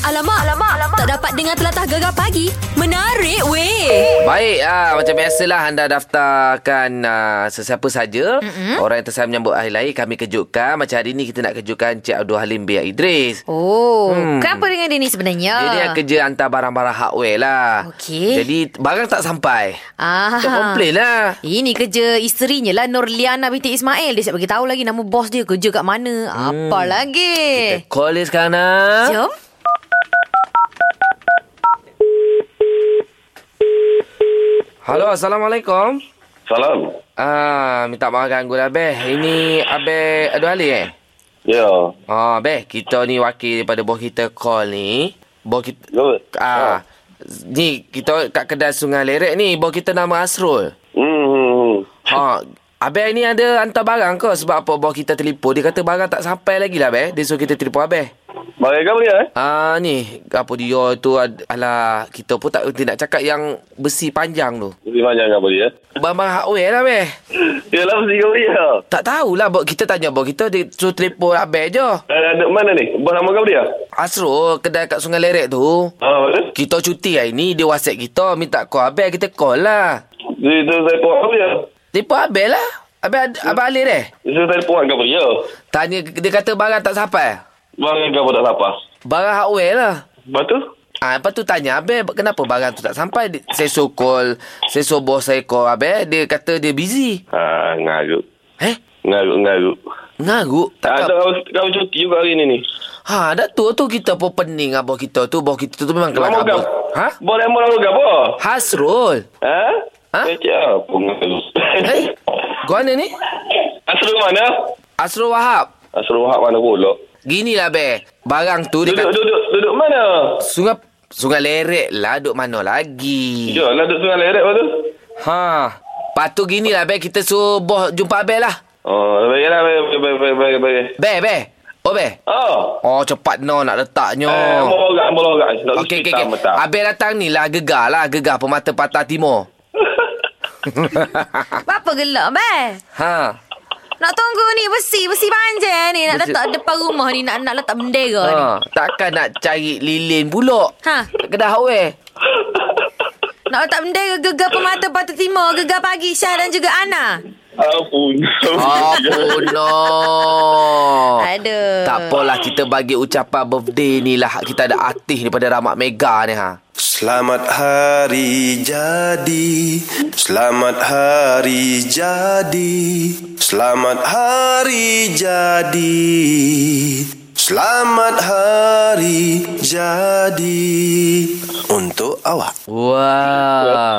Alamak, alamak, alamak. Tak dapat dengar telatah gegar pagi. Menarik weh. Baik, ah, macam biasalah anda daftarkan ah, sesiapa saja. Mm-hmm. Orang yang tersayang menyambut hari lahir, kami kejutkan. Macam hari ni kita nak kejutkan Cik Abdul Halim Bia Idris. Oh, hmm. kenapa dengan dia ni sebenarnya? Dia ni yang kerja hantar barang-barang hardware lah. Ah. Okey. Jadi, barang tak sampai. Ah. Dia komplain lah. Ini kerja isterinya lah Norliana binti Ismail. Dia siap bagi tahu lagi nama bos dia kerja kat mana. Hmm. Apa lagi? Eh. Call dia sekarang ah. nak. Jom. Halo, Assalamualaikum. Salam. Ah, minta maaf ganggu lah, Beh. Ini Abeh Abdul Halim eh? Ya. Ah, Beh, kita ni wakil daripada bos kita call ni. Bos kita... Gawat. Ah, ni kita kat kedai Sungai Lerek ni bos kita nama Asrul. Hmm. Ha, abang ni ada hantar barang ke sebab apa bos kita telefon dia kata barang tak sampai lagi lah beh. Dia suruh kita telefon abang. Bagai kamu dia eh? Ah ni apa dia tu ad- alah kita pun tak kita nak cakap yang besi panjang tu. Mesti panjang kamu dia. Barang-barang hardware lah beh. Yalah Ya, mesti kamu dia. Tak tahulah bos kita tanya bos kita dia suruh telefon abang je. Eh, ada mana ni? Bos nama kamu dia? Asrul kedai kat Sungai Lerek tu. Ha, mana? Kita cuti hari ni dia WhatsApp kita minta call abang kita call lah. Dia tu telefon kamu dia. Telefon abang lah. Abang abang Alif deh. Dia telefon kamu dia. Tanya dia kata barang tak sampai. Bagai kamu tak apa. Barang hardware lah. Lepas tu? Ah, ha, lepas tu tanya Abel kenapa barang tu tak sampai. Dia- Saya suruh call, saya suruh bos saya call Abel, dia kata dia busy. Ha, ngaruk. Eh? Ngaruk, ngaruk. Ngaruk Tak, tak, tak kamu, kamu cuti juga hari ni ni. Ha, dah tu tu kita pun pening abah kita tu, bos kita tu memang kelakar. Kamu abah. gam. Ha? Boleh mau kamu gam apa? Hasrul. Ha? Ha? Kecil apa ngaruk? Eh? Gua mana ni? Asrul mana? Asrul Wahab. Asrul Wahab mana pula? Ginilah Abel, barang tu dia kat Duduk, duduk, duduk mana? sungai Sungai lerek lah Duk mana lagi Jom lah duduk sungai lerek lepas tu. Ha Lepas tu gini lah Abel Kita suruh bos jumpa Abel lah Oh, baiklah, baik, baik, baik, baik, baik, baik. Abel Abel Oh Abel Oh. Oh cepat no nak letaknya. Eh, bologak, bologak. Nak Okey okey okey. Betah. Abel datang ni lah gegar lah gegar pemata patah timur. Apa gelak, Beh? ha. Nak tunggu ni besi, besi panjang ni. Nak Besi- letak depan rumah ni, nak nak letak bendera ni. ha. Takkan nak cari lilin pula. Ha. Kedah aweh. Nak letak bendera gegar pemata patah timur, gegar pagi Syah dan juga Ana. Ampun. Oh no. Aduh. Tak apalah kita bagi ucapan birthday ni lah kita ada artis daripada Ramak Mega ni ha. Selamat hari jadi Selamat hari jadi Selamat hari jadi Selamat hari jadi Untuk awak Wah.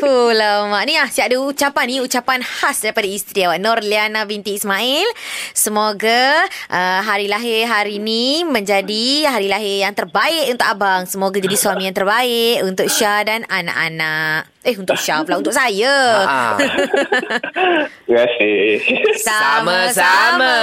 Fulah mak ni ah siap ada ucapan ni ucapan khas daripada isteri awak Norliana binti Ismail. Semoga uh, hari lahir hari ni menjadi hari lahir yang terbaik untuk abang. Semoga jadi suami yang terbaik untuk Syah dan anak-anak. Eh untuk Syah pula untuk saya. Ha. Terima kasih. Sama-sama.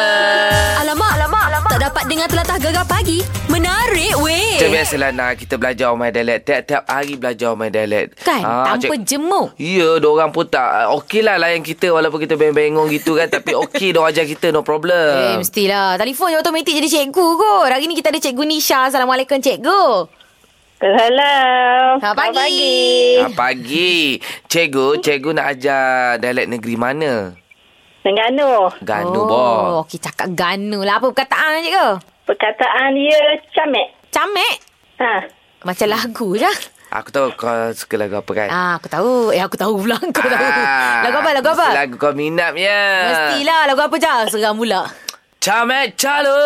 Alamak, alamak, alamak. Tak dapat dengar telatah gegar pagi. Menarik weh. Macam biasalah nak kita belajar orang main dialek. Tiap-tiap hari belajar orang main dialek. Kan tanpa Ah, cik- jemuk. Ya, orang pun tak okey lah layan kita walaupun kita bengong-bengong gitu kan. Tapi okey dia ajar kita, Eh, no problem. mestilah. Telefon je automatik jadi cikgu kot. Hari ni kita ada cikgu Nisha. Assalamualaikum cikgu. Hello. Selamat pagi. Ah, pagi. Cikgu, cikgu nak ajar dialek negeri mana? Tengganu. Ganu oh. boh. Okey, cakap ganu lah. Apa perkataan cikgu? Perkataan dia camek. Camek. Ha. Macam lagu je. Aku tahu kau suka lagu apa kan? Ah, aku tahu. Eh, aku tahu pula. Kau tahu. Ah, lagu apa? Lagu apa? mesti Lagu kau minat ya. Mestilah. Lagu apa je? Seram pula. Camek calo.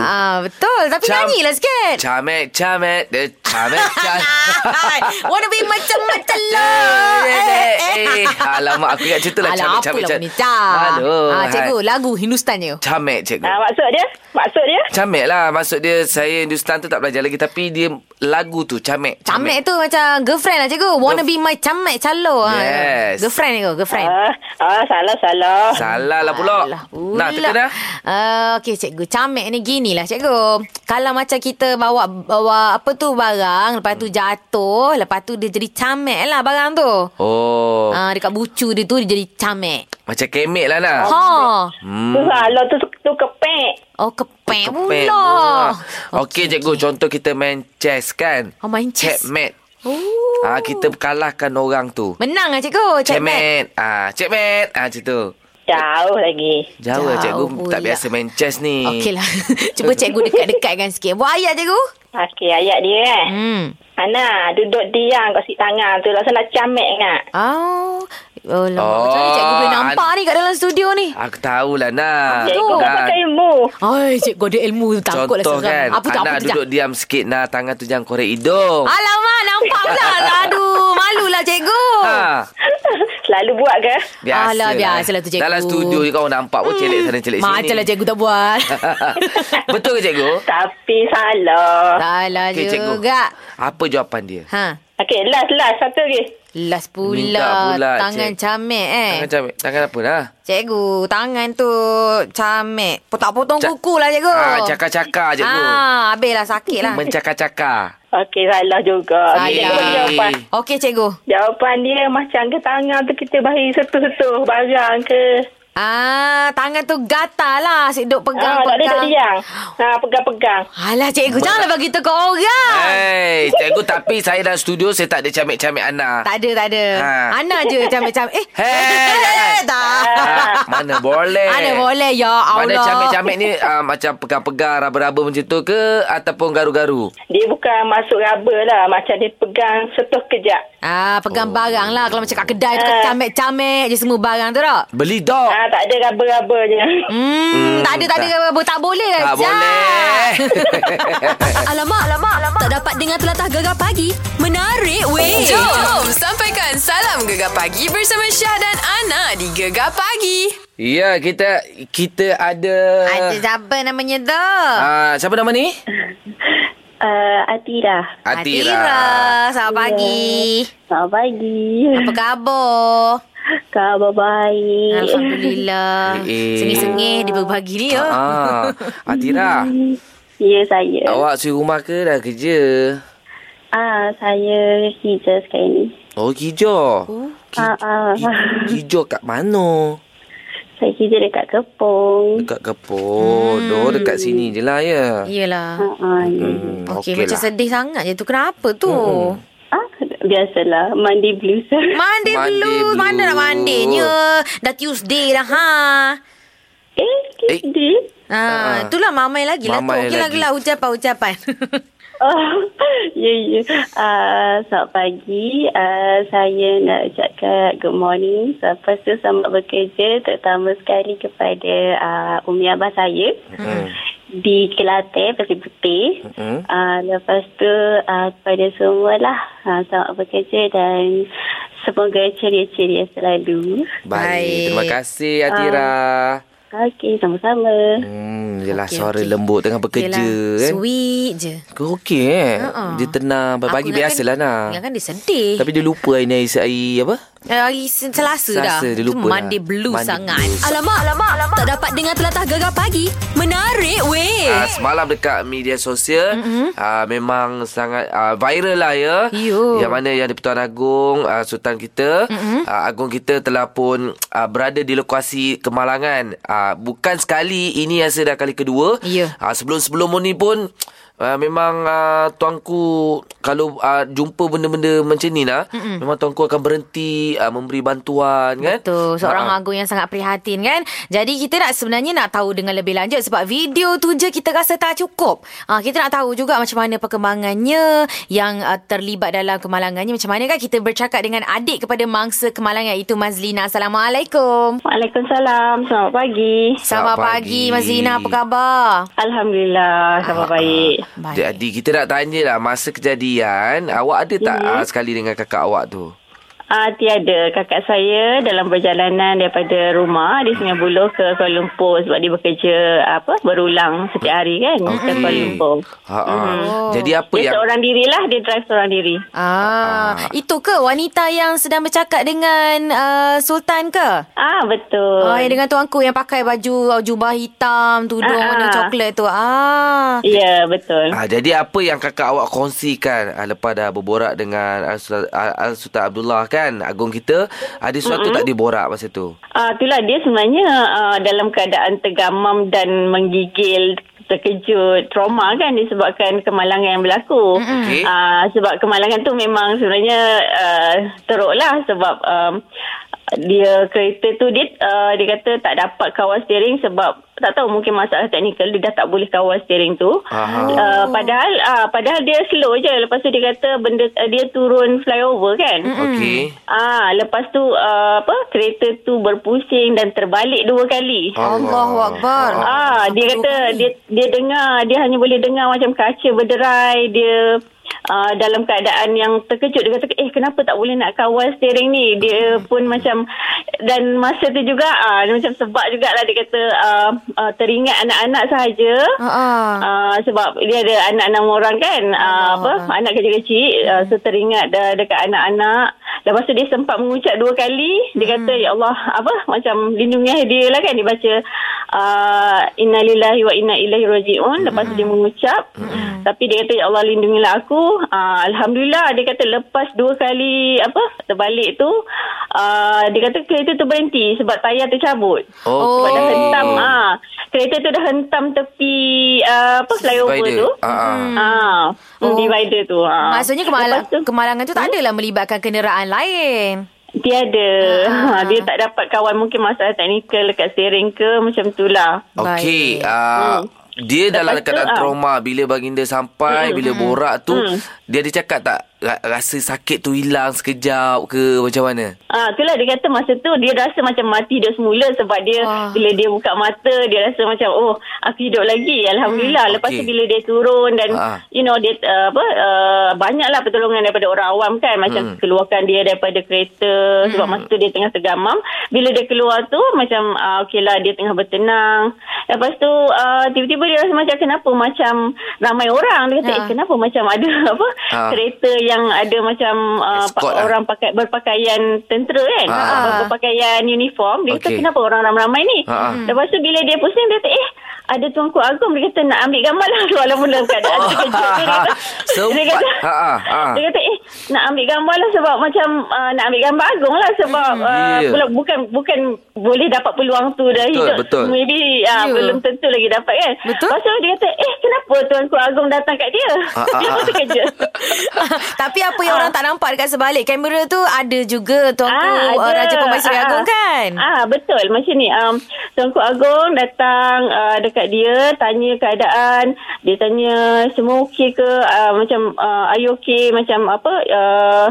Ah, betul. Tapi Hmm. Cam- eh, nyanyilah sikit. Camek camek de camek Hai, calo. Wanna be macam-macam lah. Eh, eh, eh. Alamak aku ingat cerita lah Alah, apa Camek, lah camek, ni? camek. Cam. Aduh, Ah, hai. cikgu, lagu Hindustan je. Camek cikgu Ha, maksud dia? Maksud dia? Camek lah Maksud dia Saya Hindustan tu tak belajar lagi Tapi dia Lagu tu Camek Camek tu macam girlfriend lah cikgu. Wanna be my camek calo. Ah, Yes. Girlfriend cikgu, girlfriend. Ah, ah salah salah. Salah lah pula Alah, Ah, Nah teka dah Uh, Okey cikgu, camek ni gini lah cikgu. Kalau macam kita bawa bawa apa tu barang barang. Lepas tu jatuh. Lepas tu dia jadi camek lah barang tu. Oh. Ah, dekat bucu dia tu dia jadi camek. Macam kemek lah lah. Ha. Hmm. Tu salah tu, tu kepek. Oh kepek Kepek pula. pula. Okey cikgu, contoh kita main chess kan? Oh, main chess. Checkmate. Oh. Ah kita kalahkan orang tu. Menang lah cikgu. Checkmate. Checkmate. Ah, checkmate. Ah, macam tu. Jauh lagi. Jauh lah cikgu Jauh tak pula. biasa main chess ni. Okey lah. Cuba cikgu dekat-dekatkan sikit. Buat ayat cikgu. Okey, ayat dia eh. Hmm. Hmm. Ana, duduk diam kat si tangan tu. Rasa nak camek nak. Oh. Oh, lama. Oh, Macam mana cikgu boleh nampak an- ni kat dalam studio ni? Aku tahulah nak. Cikgu Ah, tu. kau pakai ilmu. Ai, cikgu ada ilmu takutlah Contoh kan Apa tu, apa Anak tu? Jap. duduk diam sikit Nah tangan tu jangan korek hidung Alamak, nampak pula. lah. Aduh, malulah cikgu. ha, Selalu buat ke? biasalah. Ah, Alah, biasalah tu cikgu. Dalam studio je kau nampak pun Celik sana celik sini Macamlah lah cikgu tak buat. Betul ke cikgu? Tapi salah. Salah Okey, juga. Apa jawapan dia? Ha. Okey, last, last. Satu lagi. Last Minta pula, pula, tangan cik. camek eh. Tangan macam Tangan apa lah? Cikgu, tangan tu camek. Potong-potong Cak- kuku lah cikgu. Ah, cakar-cakar cikgu. Ah, habislah sakit lah. Mencakar-cakar Okey, salah juga. Salah. Dia buat jawapan. Okey cikgu. Jawapan dia macam ke tangan tu kita bagi setuh-setuh barang ke. Ah, tangan tu gatal lah. Asyik duk Ah, tak ada tak pegang-pegang. diam. Ha, pegang-pegang. Alah cikgu, janganlah bagi tu ke orang. Eh, Hei, cikgu tapi saya dalam studio saya tak ada camik-camik anak. Tak ada, tak ada. Ha. Ana je camik-camik. Eh, Hei, tak. Ah, mana boleh? Ana boleh, ya Allah. Mana camik-camik ni ah, macam pegang-pegang raba-raba macam tu ke ataupun garu-garu? Dia bukan masuk raba lah. Macam dia pegang setuh kejap. Ah, Oh. pegang barang lah. Kalau macam kat kedai tu kan camik-camik je semua barang tu tak? Beli dog. Eh, Ah, tak ada raba-raba je. Hmm, tak ada, tak ada. apa-apa. Tak boleh lah. tak Jap. boleh. Alamak, alamak, alamak. Tak dapat dengar telatah gegar pagi. Menarik Oh. weh. Jom, Jom sampaikan salam gegar pagi bersama Syah dan Ana di Gegar Pagi. Ya, kita kita ada Ada siapa namanya tu? Ah, siapa nama ni? Uh, Atira. Atira. Selamat pagi. Selamat pagi. Apa khabar? Khabar baik. Alhamdulillah. Eh, eh. Sengih-sengih di pagi ni ya. Ah, Atira. Ya, saya. Awak suri rumah ke dah kerja? Ah, saya kerja sekarang ni. Oh, hijau. Ah, ah. Hijau kat mana? Saya kerja dekat Kepong. Dekat Kepot. Hmm. Oh, dekat sini je lah ya. Iyalah. Ah, ya. Okey, Hmm, okay okey macam lah. sedih sangat je tu. Kenapa tu? ah, biasalah. Mandi blues. Mandi Mandi blues. Mana nak blues. mandinya? Dah Tuesday dah ha. eh, Eh. kedi. Ha, itulah mamai lagi lah tu. Ah. Mamai Okey lah, lagi. okey lah. Ucapan-ucapan. Oh, ya, ya. Ah, selamat pagi. Ah, saya nak ucapkan good morning. Lepas tu selamat bekerja terutama sekali kepada ah, umi abah saya. Hmm. Di Kelantan, Pasir Putih. Hmm. Ah, lepas tu ah, kepada semualah. Ah, selamat bekerja dan semoga ceria-ceria selalu. Baik. Terima kasih Atira. Okey, sama-sama. Hmm, yelah Ah. Okey, suara okey. lembut tengah bekerja Yelah, kan. Sweet je. Kau okey eh. Ha-ha. Dia tenang. Pagi Aku ingatkan- biasalah nak. Ingatkan dia sedih. Tapi dia lupa hari ni hari, hari apa? Eh, Hari Selasa, Selasa dah. Selasa, dia Tu lupa lah. Monday dah. blue Monday sangat. blues. Alamak, alamak, alamak. Tak dapat dengar telatah gegar pagi. Menarik weh. Uh, semalam dekat media sosial mm-hmm. uh, memang sangat uh, viral lah ya. Yo. Yang mana yang di-Pertuan Agong uh, Sultan kita, mm-hmm. uh, Agong kita telah pun uh, berada di lokasi kemalangan. Uh, bukan sekali, ini yang saya dah kali kedua. Ya. Uh, sebelum-sebelum ni pun Uh, memang uh, tuanku kalau uh, jumpa benda-benda macam ni lah mm memang tuanku akan berhenti uh, memberi bantuan kan Betul. Seorang Ha, ha. agung yang sangat prihatin kan. Jadi kita nak sebenarnya nak tahu dengan lebih lanjut sebab video tu je kita rasa tak cukup. Ha, kita nak tahu juga macam mana perkembangannya yang uh, terlibat dalam kemalangannya. Macam mana kan kita bercakap dengan adik kepada mangsa kemalangan itu Mazlina. Assalamualaikum. Waalaikumsalam. Selamat pagi. Selamat pagi, pagi. Mazlina. Apa khabar? Alhamdulillah, sama baik. Mhm. ah, Jadi kita nak tanya lah Masa kejadian Awak ada tak mm-hmm. uh, sekali dengan kakak awak tu? Ah, tiada. Kakak saya dalam perjalanan daripada rumah di Sungai Buloh ke Kuala Lumpur sebab dia bekerja apa berulang setiap hari kan okay. ke Okey. Kuala Lumpur. Ha, ha. Jadi apa Mhm. Dia yang seorang dirilah, dia drive seorang diri. Ah, itu ke wanita yang sedang bercakap dengan uh, Sultan ke? Ah, betul. Oh, yang dengan tuanku yang pakai baju uh, jubah hitam, tudung Ah, warna ah. coklat tu. Ah. Ya, betul. Ah, jadi apa yang kakak awak kongsikan ah, lepas dah berborak dengan Al Sultan, Al Sultan Abdullah kan agung kita ada surat Mhm. mm-hmm. tu tak diborak masa tu. Ah, itulah dia sebenarnya ah, dalam keadaan tergamam dan menggigil terkejut trauma kan disebabkan kemalangan yang berlaku. Okey. Ah, sebab kemalangan tu memang sebenarnya uh, teruklah sebab um, dia kereta tu dia uh, dia kata tak dapat kawal steering sebab tak tahu mungkin masalah teknikal dia dah tak boleh kawal steering tu. Aha. Uh, padahal uh, padahal dia slow je lepas tu dia kata benda uh, dia turun flyover kan. Mm. Okey. Ah, lepas tu uh, apa kereta tu berpusing dan terbalik dua kali. Allahu Akbar. Ah, dia kata dia dia dengar, dia hanya boleh dengar macam kaca berderai, dia uh, dalam keadaan yang terkejut dia kata eh kenapa tak boleh nak kawal steering ni? Dia pun macam dan masa tu juga ah dia macam sebab jugalah dia kata uh, uh, teringat anak-anak sahaja. Ah, ah. Uh, sebab dia ada anak enam orang kan uh, apa anak kecil-kecil uh, so teringat uh, dekat anak-anak lepas tu dia sempat mengucap dua kali dia kata ya Allah apa macam lindungi dia lah kan dia baca uh, innalillahi wa inna ilaihi rajiun lepas tu dia mengucap tapi dia kata ya Allah lindungilah aku uh, alhamdulillah dia kata lepas dua kali apa terbalik tu uh, dia kata kereta tu berhenti sebab tayar tercabut Okey. sebab dah hentam ah. Kereta tu dah hentam tepi ah, apa flyover Divider. tu. Ah, ah. Ah, Oh. oh. divider tu. Ah. Maksudnya kemalang, Lepas tu, Hmm? kemalangan tu tak adalah melibatkan kenderaan lain. tiada. Ah. Dia tak dapat kawan mungkin masalah teknikal dekat steering ke macam tu lah. Okey. Baik. Ah, dia Hmm. Lepas dalam tu, keadaan ah. Hmm. trauma bila baginda sampai, bila borak tu dia ada cakap tak ra- rasa sakit tu hilang sekejap ke macam mana? Ah, itulah dia kata masa tu dia rasa macam mati dia semula sebab Ah. dia Wah. bila dia buka mata dia rasa macam oh aku hidup lagi alhamdulillah Hmm, lepas okey. tu bila dia turun dan Ah. you know dia uh, apa uh, banyaklah pertolongan daripada orang awam Hmm. kan macam keluarkan dia daripada kereta sebab masa tu dia tengah tergamam bila dia keluar tu macam uh, okeylah dia tengah bertenang lepas tu uh, tiba-tiba dia rasa macam kenapa macam ramai orang dia kata Ah. eh, kenapa macam ada apa Ah. kereta yang ada macam uh, Escort lah. pa- orang pakai berpakaian tentera kan Ah. ah. berpakaian uniform dia Okey. kata kenapa orang ramai-ramai ni Ah, ah. lepas tu bila dia pusing dia kata eh ada Tuanku Agong dia kata nak ambil gambar lah walaupun dalam keadaan terkejut tu, dia kata- Sempat. dia kata Ha, ha, ha. dia kata eh nak ambil gambar lah sebab macam uh, nak ambil gambar Agong lah sebab Hmm, uh, Yeah. belum- bukan bukan boleh dapat peluang tu dah ya. Betul, hidup betul. maybe uh, Yeah. belum tentu lagi dapat kan Betul. lepas tu dia kata eh kenapa Tuanku Agong datang kat dia Ah, ah, dia pun ah. terkejut Tapi apa yang Ah. orang tak nampak dekat sebalik kamera tu ada juga tuanku uh, ah, ada. Raja Pemaisuri Agong kan? Ah betul macam ni. Um Tuanku Agong datang uh, dekat dia tanya keadaan, dia tanya semua okey ke uh, macam uh, are you okay macam apa uh,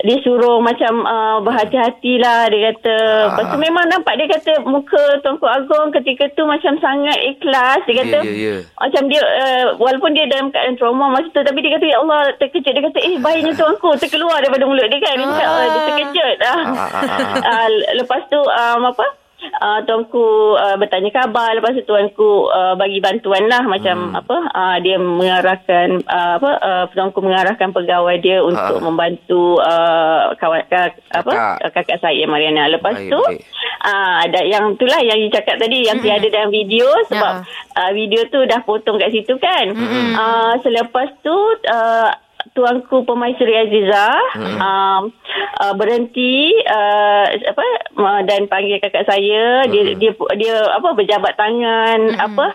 dia suruh macam uh, berhati-hatilah dia kata. Lepas Ah. tu memang nampak dia kata muka Tuanku Agong ketika tu macam sangat ikhlas. Dia kata Ya, ya, ya. macam dia uh, walaupun dia dalam keadaan trauma masa tu tapi dia kata ya Allah terkejut dia kata eh baiknya tuanku terkeluar daripada mulut dia kan dia cakap ah. dia terkejut ah. Ah, ah, ah, ah. Ah, le- lepas tu um, apa Uh, tuanku uh, bertanya khabar lepas tu tuanku uh, bagi bantuan lah macam Hmm. apa uh, dia mengarahkan uh, apa uh, tuanku mengarahkan pegawai dia Ah. untuk membantu uh, kawan kak, apa Kakak. kakak. kakak saya Mariana lepas Baik, tu baik. ah ada yang itulah yang you cakap tadi yang tiada dalam video sebab Ya. uh, video tu dah potong kat situ kan. Mm-hmm. Uh, selepas tu uh, tuanku pemaisuri Aziza mm-hmm. um, uh, berhenti uh, apa uh, dan panggil kakak saya mm-hmm. dia dia dia apa berjabat tangan mm-hmm. apa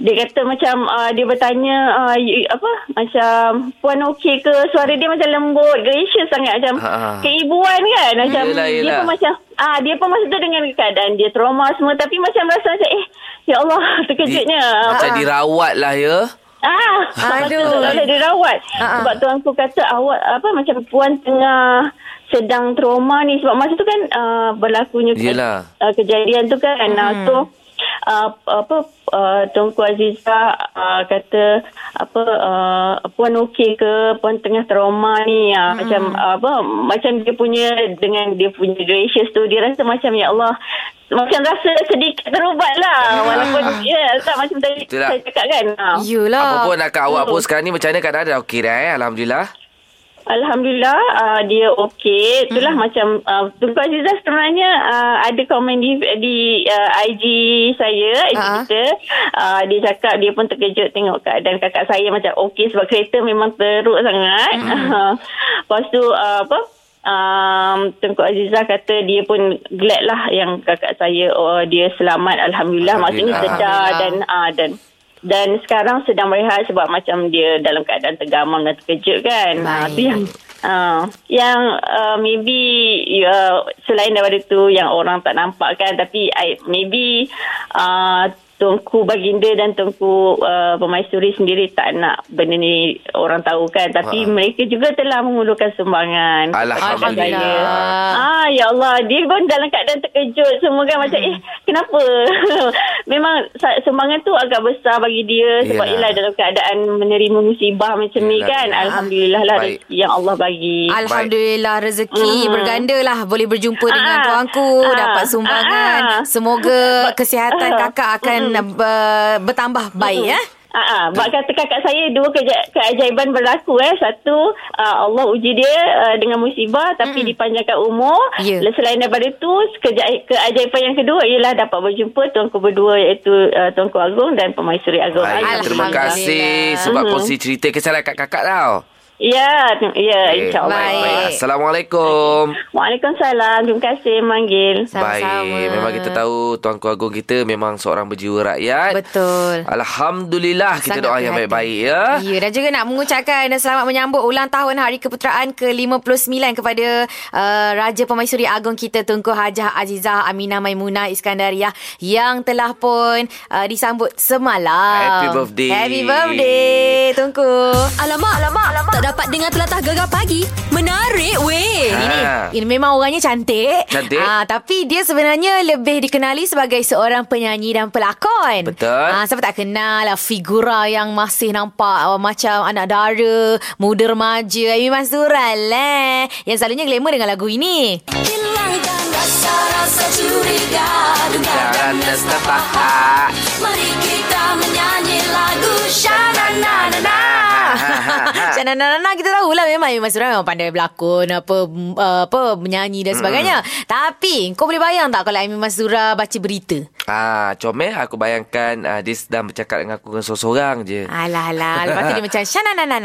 dia kata macam uh, dia bertanya uh, you, apa macam puan okey ke suara dia macam lembut gracious sangat macam Ha. keibuan kan macam Yelah, dia yelah. pun macam ah dia pun masa tu dengan keadaan dia trauma semua tapi macam rasa macam eh ya Allah terkejutnya Di, macam dirawat lah ya. ah Aduh. aduh Ah, kalau dia rawat sebab tuanku kata awak apa macam puan tengah sedang trauma ni sebab masa tu kan uh, ah, berlakunya ke- Yelah. uh, kejadian tu kan hmm. uh, so uh, apa uh, Tunku Aziza uh, kata apa uh, puan okey ke puan tengah trauma ni uh, macam uh, apa macam dia punya dengan dia punya gracious tu dia rasa macam ya Allah macam rasa sedikit terubat lah walaupun ya tak macam tadi Itulah. saya cakap kan uh. Yelah. Apa pun akak awak pun sekarang ni macam mana keadaan dah okey dah eh? Alhamdulillah. Alhamdulillah uh, dia okey. Itulah hmm. macam uh, Tunku Aziza sebenarnya uh, ada komen di di uh, IG saya, IG Ah. kita. Uh, dia cakap dia pun terkejut tengok keadaan kakak saya macam okey sebab kereta memang teruk sangat. Hmm. Lepas tu uh, apa Um, Tunku Aziza kata dia pun glad lah yang kakak saya oh, dia selamat alhamdulillah, maksudnya Alhamdulillah. sedar Alhamdulillah. dan uh, dan dan sekarang sedang berehat sebab macam dia dalam keadaan tergamam dan terkejut kan. Baik. Ah, tu yang Uh, yang uh, maybe uh, selain daripada tu yang orang tak nampak kan tapi I, maybe uh, Tunku Baginda dan Tunku uh, Pemaisuri sendiri tak nak benda ni orang tahu kan tapi Ha. mereka juga telah mengulurkan sumbangan kepada Alhamdulillah. saya. Ah ya Allah dia pun dalam keadaan terkejut semua kan Hmm. macam eh kenapa memang sa- sumbangan tu agak besar bagi dia sebab Yelah. ialah dalam keadaan menerima musibah macam ni Yelah, kan yelah. alhamdulillah lah Baik. rezeki yang Allah bagi Alhamdulillah rezeki Mm. berganda lah boleh berjumpa Ah, dengan ah. tuanku Ah, dapat sumbangan ah, ah. semoga Ba- kesihatan ah, kakak akan ber- bertambah baik ya. Ah, ah, bab kata kakak saya dua keja- keajaiban berlaku eh. Satu, ah, Allah uji dia ah, dengan musibah tapi dipanjangkan umur. Hmm. Ya. Selain daripada tu, keja- keajaiban yang kedua ialah dapat berjumpa tuanku berdua iaitu ah, Tuanku Agong dan Pemaisuri Agong. Baik, terima Alhamdulillah. kasih sebab Hmm. kongsi cerita kisah kakak-kakak tau. Ya, tu- ya Okey, insyaAllah. Baik. Assalamualaikum. Waalaikumsalam. Terima kasih manggil. Sama-sama. Baik, memang kita tahu Tuanku Agong kita memang seorang berjiwa rakyat. Betul. Alhamdulillah kita Sangat doa yang prihatin. baik-baik ya. Ya, dan juga nak mengucapkan dan selamat menyambut ulang tahun Hari Keputeraan ke-59 kepada uh, Raja Pemaisuri Agong kita Tunku Hajah Azizah Aminah Maimunah Iskandariah yang telah pun uh, disambut semalam. Happy birthday. Happy birthday Tunku. Alamak, alamak, alamak. Tak dapat dengar telatah gegar pagi. Menarik weh. Ha. Ini, ini memang orangnya cantik. Cantik. Ah, tapi dia sebenarnya lebih dikenali sebagai seorang penyanyi dan pelakon. Betul. Ah, siapa tak kenal lah figura yang masih nampak uh, macam anak dara, muda remaja. Aimi Mazura lah. Yang selalunya glamour dengan lagu ini. Hilangkan rasa-rasa curiga, duga Jangan dan rasa tetap paha. Mari kita menyanyi lagu Shananana. Ha, Macam Nana kita tahulah memang Aimi Mazura memang pandai berlakon, apa m- uh, apa menyanyi dan sebagainya. Tapi kau boleh bayang tak kalau Aimi Mazura baca berita? Ah, comel aku bayangkan ah, dia sedang bercakap dengan aku dengan seorang je. Alah alah Lepas tu dia macam Shananana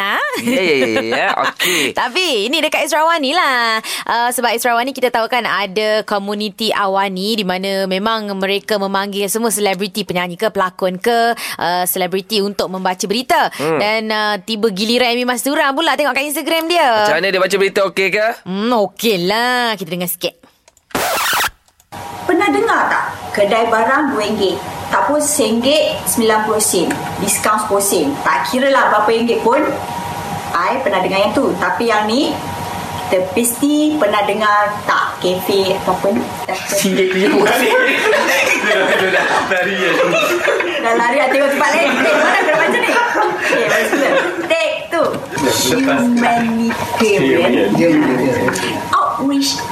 Ya, ya, ya, ya. Okey. Tapi ini dekat Isra Awani lah uh, Sebab Isra Awani kita tahu kan Ada komuniti Awani Di mana memang mereka memanggil Semua selebriti penyanyi ke pelakon ke uh, Selebriti untuk membaca berita hmm. Dan uh, tiba giliran Amy Mastura pula Tengok kat Instagram dia Macam mana dia baca berita okey ke? Hmm, okey lah Kita dengar sikit Pernah dengar tak? Kedai barang RM2. Tak pun RM1.90. Diskaun RM10. Tak kira lah berapa ringgit pun. I pernah dengar yang tu. Tapi yang ni, tepisti pernah dengar tak? Kafe ataupun... Singgit tu je bukan ni Dia dah dia dah lari ya. Dah lari lah tengok tempat lain. Tek, mana kena baca ni? Okay, bersula. Tek tu. Humanitarian Dia outreach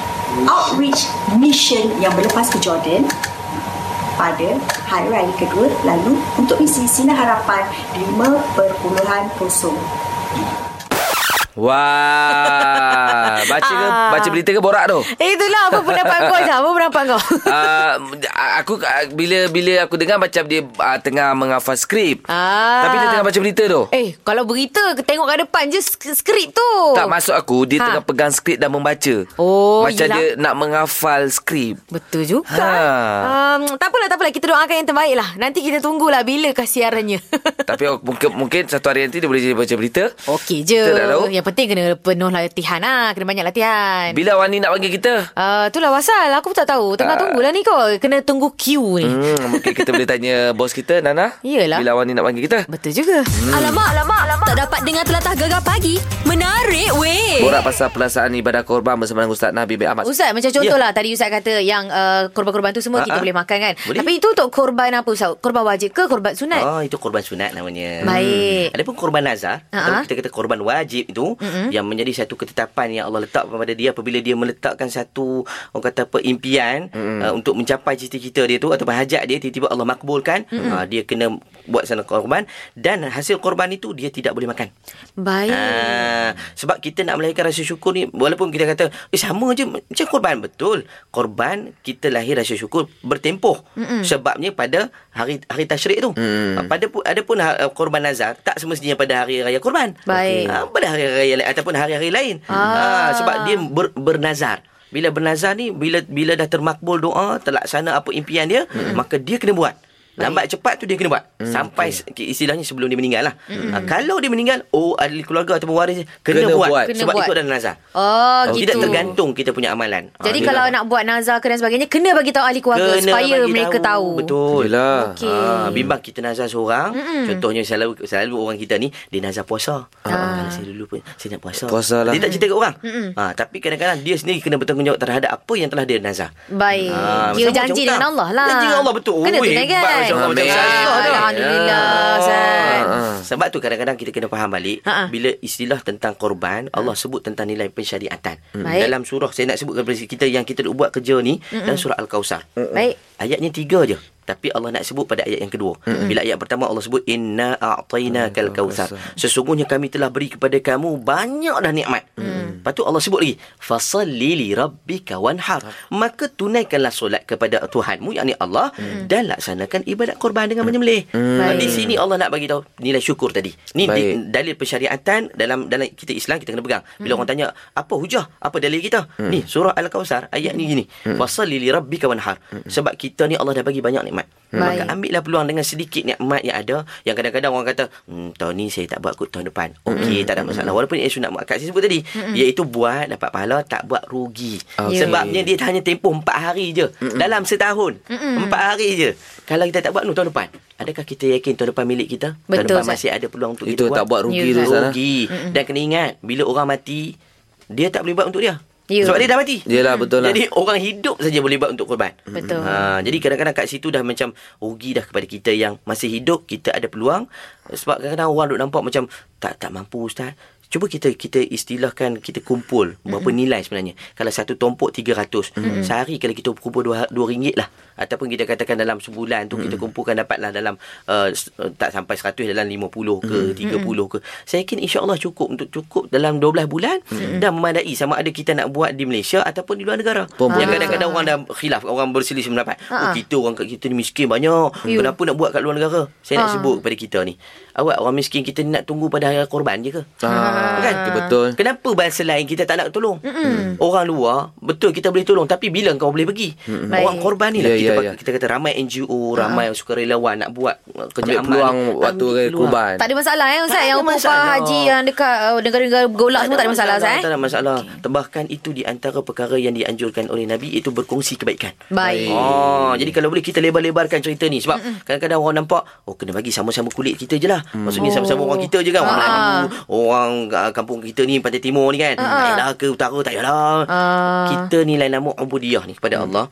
outreach mission yang berlepas ke Jordan pada hari raya kedua lalu untuk misi Sina Harapan 5.0. Wah. Baca ke Ah. baca berita ke borak tu? Eh, Itulah apa pendapat kau Jah Apa pendapat kau Ah, aku ah, bila bila aku dengar macam dia ah, tengah menghafal skrip. Ah. Tapi dia tengah baca berita tu. Eh kalau berita Tengok kat depan je sk- Skrip tu Tak masuk aku Dia Ha. ha. tengah pegang skrip dan membaca Oh, Macam yelah. dia nak menghafal skrip Betul juga. Ha. Um, tak apalah, tak apalah. Kita doakan yang terbaik lah. Nanti kita tunggulah bila kah siarannya. Tapi oh, mungkin, mungkin satu hari nanti Dia boleh jadi baca berita Okey je. Kita tak tahu Yang Yang penting kena penuh latihan lah. Kena banyak latihan. Bila awak ni nak bagi kita? Uh, itulah pasal. Aku pun tak tahu. Tengah tunggulah ni kot. Kena tunggu queue ni. Ah. Hmm, mungkin kita boleh tanya bos kita Nana. Yelah. Bila awak ni nak bagi kita? Betul juga. Hmm. Alamak, alamak, alamak. Tak dapat dengar telatah gegar pagi. Menarik weh. Borak pasal pelaksanaan ibadah korban bersama dengan Ustaz Nabi bin Ahmad. Ustaz macam contohlah yeah. Ya. tadi Ustaz kata yang uh, korban-korban tu semua Ah, kita ah. boleh makan kan. Boleh. Tapi itu untuk korban apa Ustaz? Korban wajib ke korban Ah. sunat? Oh, itu korban sunat namanya. Baik. Ah, Ada pun korban nazar. Ha-ha. Uh-huh. Kita kata korban wajib itu uh-huh. yang menjadi satu ketetapan yang Allah letak kepada dia apabila dia meletakkan satu orang kata apa impian uh, untuk mencapai cita-cita dia tu atau hajat dia tiba-tiba Allah makbulkan, uh, dia kena buat sana korban dan hasil korban itu dia tidak boleh makan. Baik. Ah, sebab kita nak melahirkan rasa syukur ni walaupun kita kata eh sama je macam korban betul. Korban kita lahir rasa syukur bertempoh. Mm-mm. Sebabnya pada hari hari tasyrik tu. Mm. Pada pu- ada pun ha- korban nazar tak semestinya pada hari raya korban. Baik. Ah, pada hari raya lain ataupun hari-hari lain. Ah. Ah. sebab dia ber, bernazar. Bila bernazar ni bila bila dah termakbul doa, terlaksana apa impian dia, mm. maka dia kena buat. Lambat cepat tu dia kena buat hmm, Sampai okay. istilahnya sebelum dia meninggal lah hmm. ha, Kalau dia meninggal Oh ahli keluarga ataupun waris dia Kena Kena, kena buat. buat. Kena Sebab buat. itu adalah nazar Oh, Kita gitu. Tidak tergantung kita punya amalan Jadi dia kalau lah. nak buat nazar ke dan sebagainya kena bagi tahu ahli keluarga supaya bagi mereka tahu. Betul Yelah. Okey. Ah, bimbang kita nazar seorang mm Contohnya selalu selalu orang kita ni Dia nazar puasa ah. Saya dulu pun Saya nak puasa Puasa lah. Dia tak cerita kat orang ah, Tapi kadang-kadang dia sendiri Kena bertanggungjawab terhadap apa yang telah dia nazar Baik. Ah, Dia sama janji macam dengan hutang. Allah lah. Janji dengan Allah betul. Kena Oh, tunaikan. hebat macam Allah, macam Amin. Allah tu. Alhamdulillah, Ustaz. Ah. Sebab tu kadang-kadang kita kena faham balik Ha-ha. bila istilah tentang korban Allah sebut tentang nilai pensyariatan. Hmm. Baik. Hmm. Dalam surah saya nak sebutkan kepada kita yang kita duk buat kerja ni dalam surah Al-Kausar. Baik. Ayatnya tiga je. Tapi Allah nak sebut pada ayat yang kedua. Bila ayat pertama Allah sebut inna a'tainakal kautsar. Sesungguhnya kami telah beri kepada kamu banyak dah nikmat. Hmm. Hmm. Lepas tu Allah sebut lagi fasalli li rabbika wanhar. Ah. Maka tunaikanlah solat kepada Tuhanmu yakni Allah dan laksanakan ibadat korban dengan menyembelih. Baik. Di sini Allah nak bagi tahu nilai syukur tadi. Ni Baik. di, dalil pensyariatan dalam dalam kita Islam kita kena pegang. Bila hmm. orang tanya apa hujah, apa dalil kita? Hmm. Ni surah Al-Kausar ayat ni gini. Fasalli li rabbika wanhar. Sebab kita ni Allah dah bagi banyak nikmat. Maka Hmm. Baik. ambillah peluang dengan sedikit nikmat yang ada yang kadang-kadang orang kata, "Hmm tahun ni saya tak buat kot tahun depan." Okey, tak ada masalah. Walaupun ia sunat muakkad saya sebut tadi, iaitu buat dapat pahala, tak buat rugi. Ah, Sebabnya dia hanya tempoh 4 hari je dalam setahun. 4 hari je. Kalau kita tak buat nu tahun depan, adakah kita yakin tahun depan milik kita? tahun Betul, depan Ustaz. masih ada peluang untuk Itu kita tak buat ha? rugi Ya, tu eh? Ustaz. sana. rugi dan kena ingat bila orang mati dia tak boleh buat untuk dia Ya. sebab dia dah mati Yelah, betul lah. jadi orang hidup saja boleh buat untuk korban Betul. ha, jadi kadang-kadang kat situ dah macam rugi dah kepada kita yang masih hidup kita ada peluang sebab kadang-kadang orang duk nampak macam tak tak mampu ustaz Cuba kita kita istilahkan kita kumpul berapa mm-hmm. nilai sebenarnya. Kalau satu tumpuk 300, mm-hmm. sehari kalau kita kumpul 2 RM2 lah ataupun kita katakan dalam sebulan tu mm-hmm. kita kumpulkan dapatlah dalam uh, s- uh, tak sampai 100 dalam 50 ke mm-hmm. 30 ke. Saya yakin insya-Allah cukup untuk cukup dalam 12 bulan mm-hmm. dan memadai sama ada kita nak buat di Malaysia ataupun di luar negara. Pun Yang boleh. Ah. kadang-kadang orang dah khilaf, orang berselisih pendapat. Ha. Oh, kita orang kat kita ni miskin banyak. You. Kenapa nak buat kat luar negara? Saya nak Ha. sebut kepada kita ni. Awak orang miskin kita ni nak tunggu pada hari korban je ke? Ah, Kan? itu betul. Kenapa bahasa lain kita tak nak tolong? Mm-mm. Orang luar betul kita boleh tolong tapi bila kau boleh pergi? Mm-mm. Orang Baik. korban ni lah Ya, yeah, kita ya, yeah, ya. kita kata ramai NGO, ramai Ah. sukarelawan nak buat uh, kerja Ambil peluang waktu korban. Tak ada masalah eh Ustaz Tak Yang ada upah masalah. haji yang dekat uh, negara-negara bergolak semua tak ada masalah Ustaz eh? Tak ada masalah. Bahkan itu di antara perkara yang dianjurkan oleh Nabi itu berkongsi kebaikan. Baik. Oh, jadi kalau boleh kita lebar-lebarkan cerita ni sebab Mm-mm. kadang-kadang orang nampak oh kena bagi sama-sama kulit kita je lah. Maksudnya sama-sama orang kita je kan orang Ah. Melayu, orang uh, kampung kita ni pantai timur ni kan. Tak payahlah ke utara tak payahlah. Ah. Kita nilai nama ubudiyah ni kepada Allah.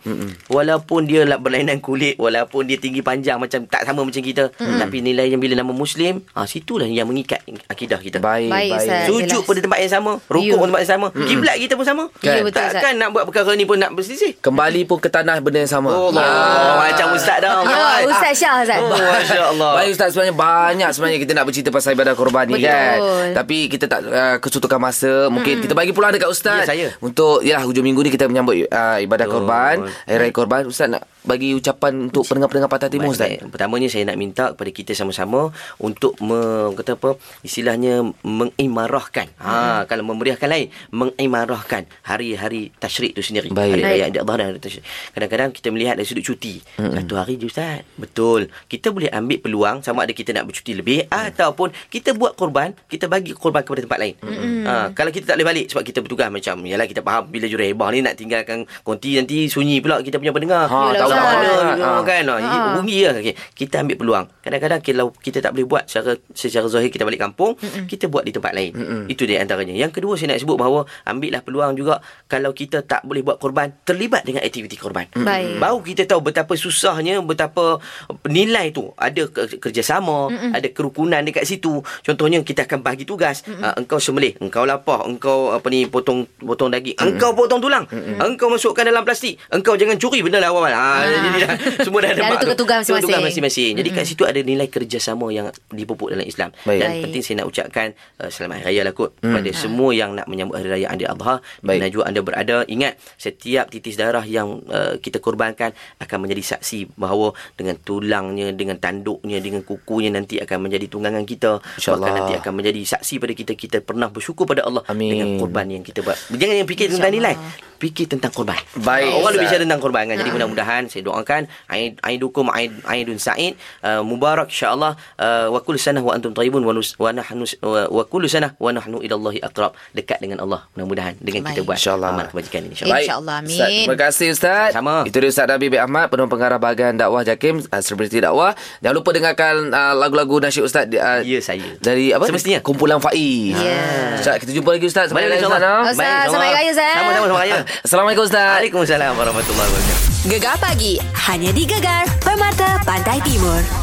Walaupun dia lah berlainan kulit, walaupun dia tinggi panjang macam tak sama macam kita, tapi nilai yang bila nama muslim, ah situlah yang mengikat akidah kita. Baik, Baik, baik. Ustaz. Sujud jelas. pada tempat yang sama Rukuk Ya. pada tempat yang sama Kiblat kita pun sama Ya, betul, Ustaz. Takkan nak buat perkara ni pun nak berselisih Kembali pun ke tanah benda yang sama. Oh Allah Ah. Macam Ustaz dah Ya Ustaz Syah Ustaz Oh, Masya Allah Baik Ustaz sebenarnya banyak sebenarnya kita nak bercerita pasal ibadah korban ni Betul. kan. Tapi kita tak uh, kesutukan masa. Mungkin kita bagi peluang dekat Ustaz. Ya, saya. Untuk ya hujung minggu ni kita menyambut uh, ibadah Betul. korban, hari raya korban. Ustaz nak bagi ucapan untuk pendengar-pendengar Patah Timur Ustaz? Baik, Pertamanya saya nak minta kepada kita sama-sama untuk me, kata apa istilahnya mengimarahkan. Mm-hmm. Ha hmm. kalau memeriahkan lain mengimarahkan hari-hari tasyrik tu sendiri. Baik. Baik. Hari Mm-hmm. raya Adi Adha dan hari tasyrik. Kadang-kadang kita melihat dari sudut cuti. Hmm. Satu hari je ustaz. Betul. Kita boleh ambil peluang sama ada kita nak bercuti lebih Mm-hmm. hmm. ataupun kita buat korban, kita bagi korban kepada tempat lain. Mm-hmm. Hmm. Ha kalau kita tak boleh balik sebab kita bertugas macam yalah kita faham bila jurah hebah ni nak tinggalkan konti nanti sunyi pula kita punya pendengar. Ha, Yalah, tahu ustaz. kat mana. Ha, Ha. kan. Ha. Ha. Rugi lah okay. Kita ambil peluang Kadang-kadang kalau kita tak boleh buat Secara, secara zahir kita balik kampung Mm-mm. Kita buat di tempat lain Mm-mm. Itu dia antaranya Yang kedua saya nak sebut bahawa Ambillah peluang juga Kalau kita tak boleh buat korban Terlibat dengan aktiviti korban Baik. Baru kita tahu betapa susahnya Betapa nilai tu Ada ke- kerjasama Mm-mm. Ada kerukunan dekat situ Contohnya kita akan bagi tugas uh, Engkau semelih Engkau lapar Engkau apa ni potong potong daging Mm-mm. Engkau potong tulang Mm-mm. Engkau masukkan dalam plastik Engkau jangan curi benda lah awal-awal ha, jadi dah, Semua dah ada Dah ada mak tu. tugas-tugas masing-masing. Tugas-tugas masing-masing. Jadi kat situ ada nilai kerjasama yang dipupuk dalam Islam. Baik. Mm. Dan Baik. penting saya nak ucapkan uh, selamat hari raya lah kot kepada semua yang nak menyambut hari raya Andi Adha. Baik. Mana juga anda berada, ingat setiap titis darah yang uh, kita korbankan akan menjadi saksi bahawa dengan tulangnya, dengan tanduknya, dengan kukunya nanti akan menjadi tunggangan kita. InsyaAllah. Bahkan nanti akan menjadi saksi pada kita kita pernah bersyukur pada Allah Amin. dengan korban yang kita buat. Jangan yang fikir tentang nilai, fikir tentang korban. Baik, Ah, Orang lebih Ustaz. bicara tentang korban kan. Jadi Ha. mudah-mudahan saya doakan Ain Ain dukum Ain Ainun Said uh, mubarak insya-Allah uh, wa kullu sanah wa antum tayyibun wa, nus, wa nahnu wa, wa kullu sanah wa nahnu ila Allah aqrab dekat dengan Allah mudah-mudahan dengan kita Baik. buat InsyaAllah. amal kebajikan ini insya-Allah. Baik. InsyaAllah, amin. Ustaz, terima kasih Ustaz. Sama. Itu dia Ustaz Nabi B. Ahmad, penuh pengarah bahagian dakwah JAKIM, uh, selebriti dakwah. Jangan lupa dengarkan uh, lagu-lagu nasyid Ustaz. Uh, Ya, saya. Dari apa? Semestinya. Kumpulan Faiz. Ya. Ustaz, kita jumpa lagi Ustaz. Baik, Selamat Ustaz. Ustaz. insya-Allah. Ya. Ustaz, selamat hari raya, Ustaz. Sama-sama selamat raya. Assalamualaikum Ustaz. Waalaikumsalam warahmatullahi wabarakatuh. Gegar pagi. Hanya di Gegar Permata Pantai Timur.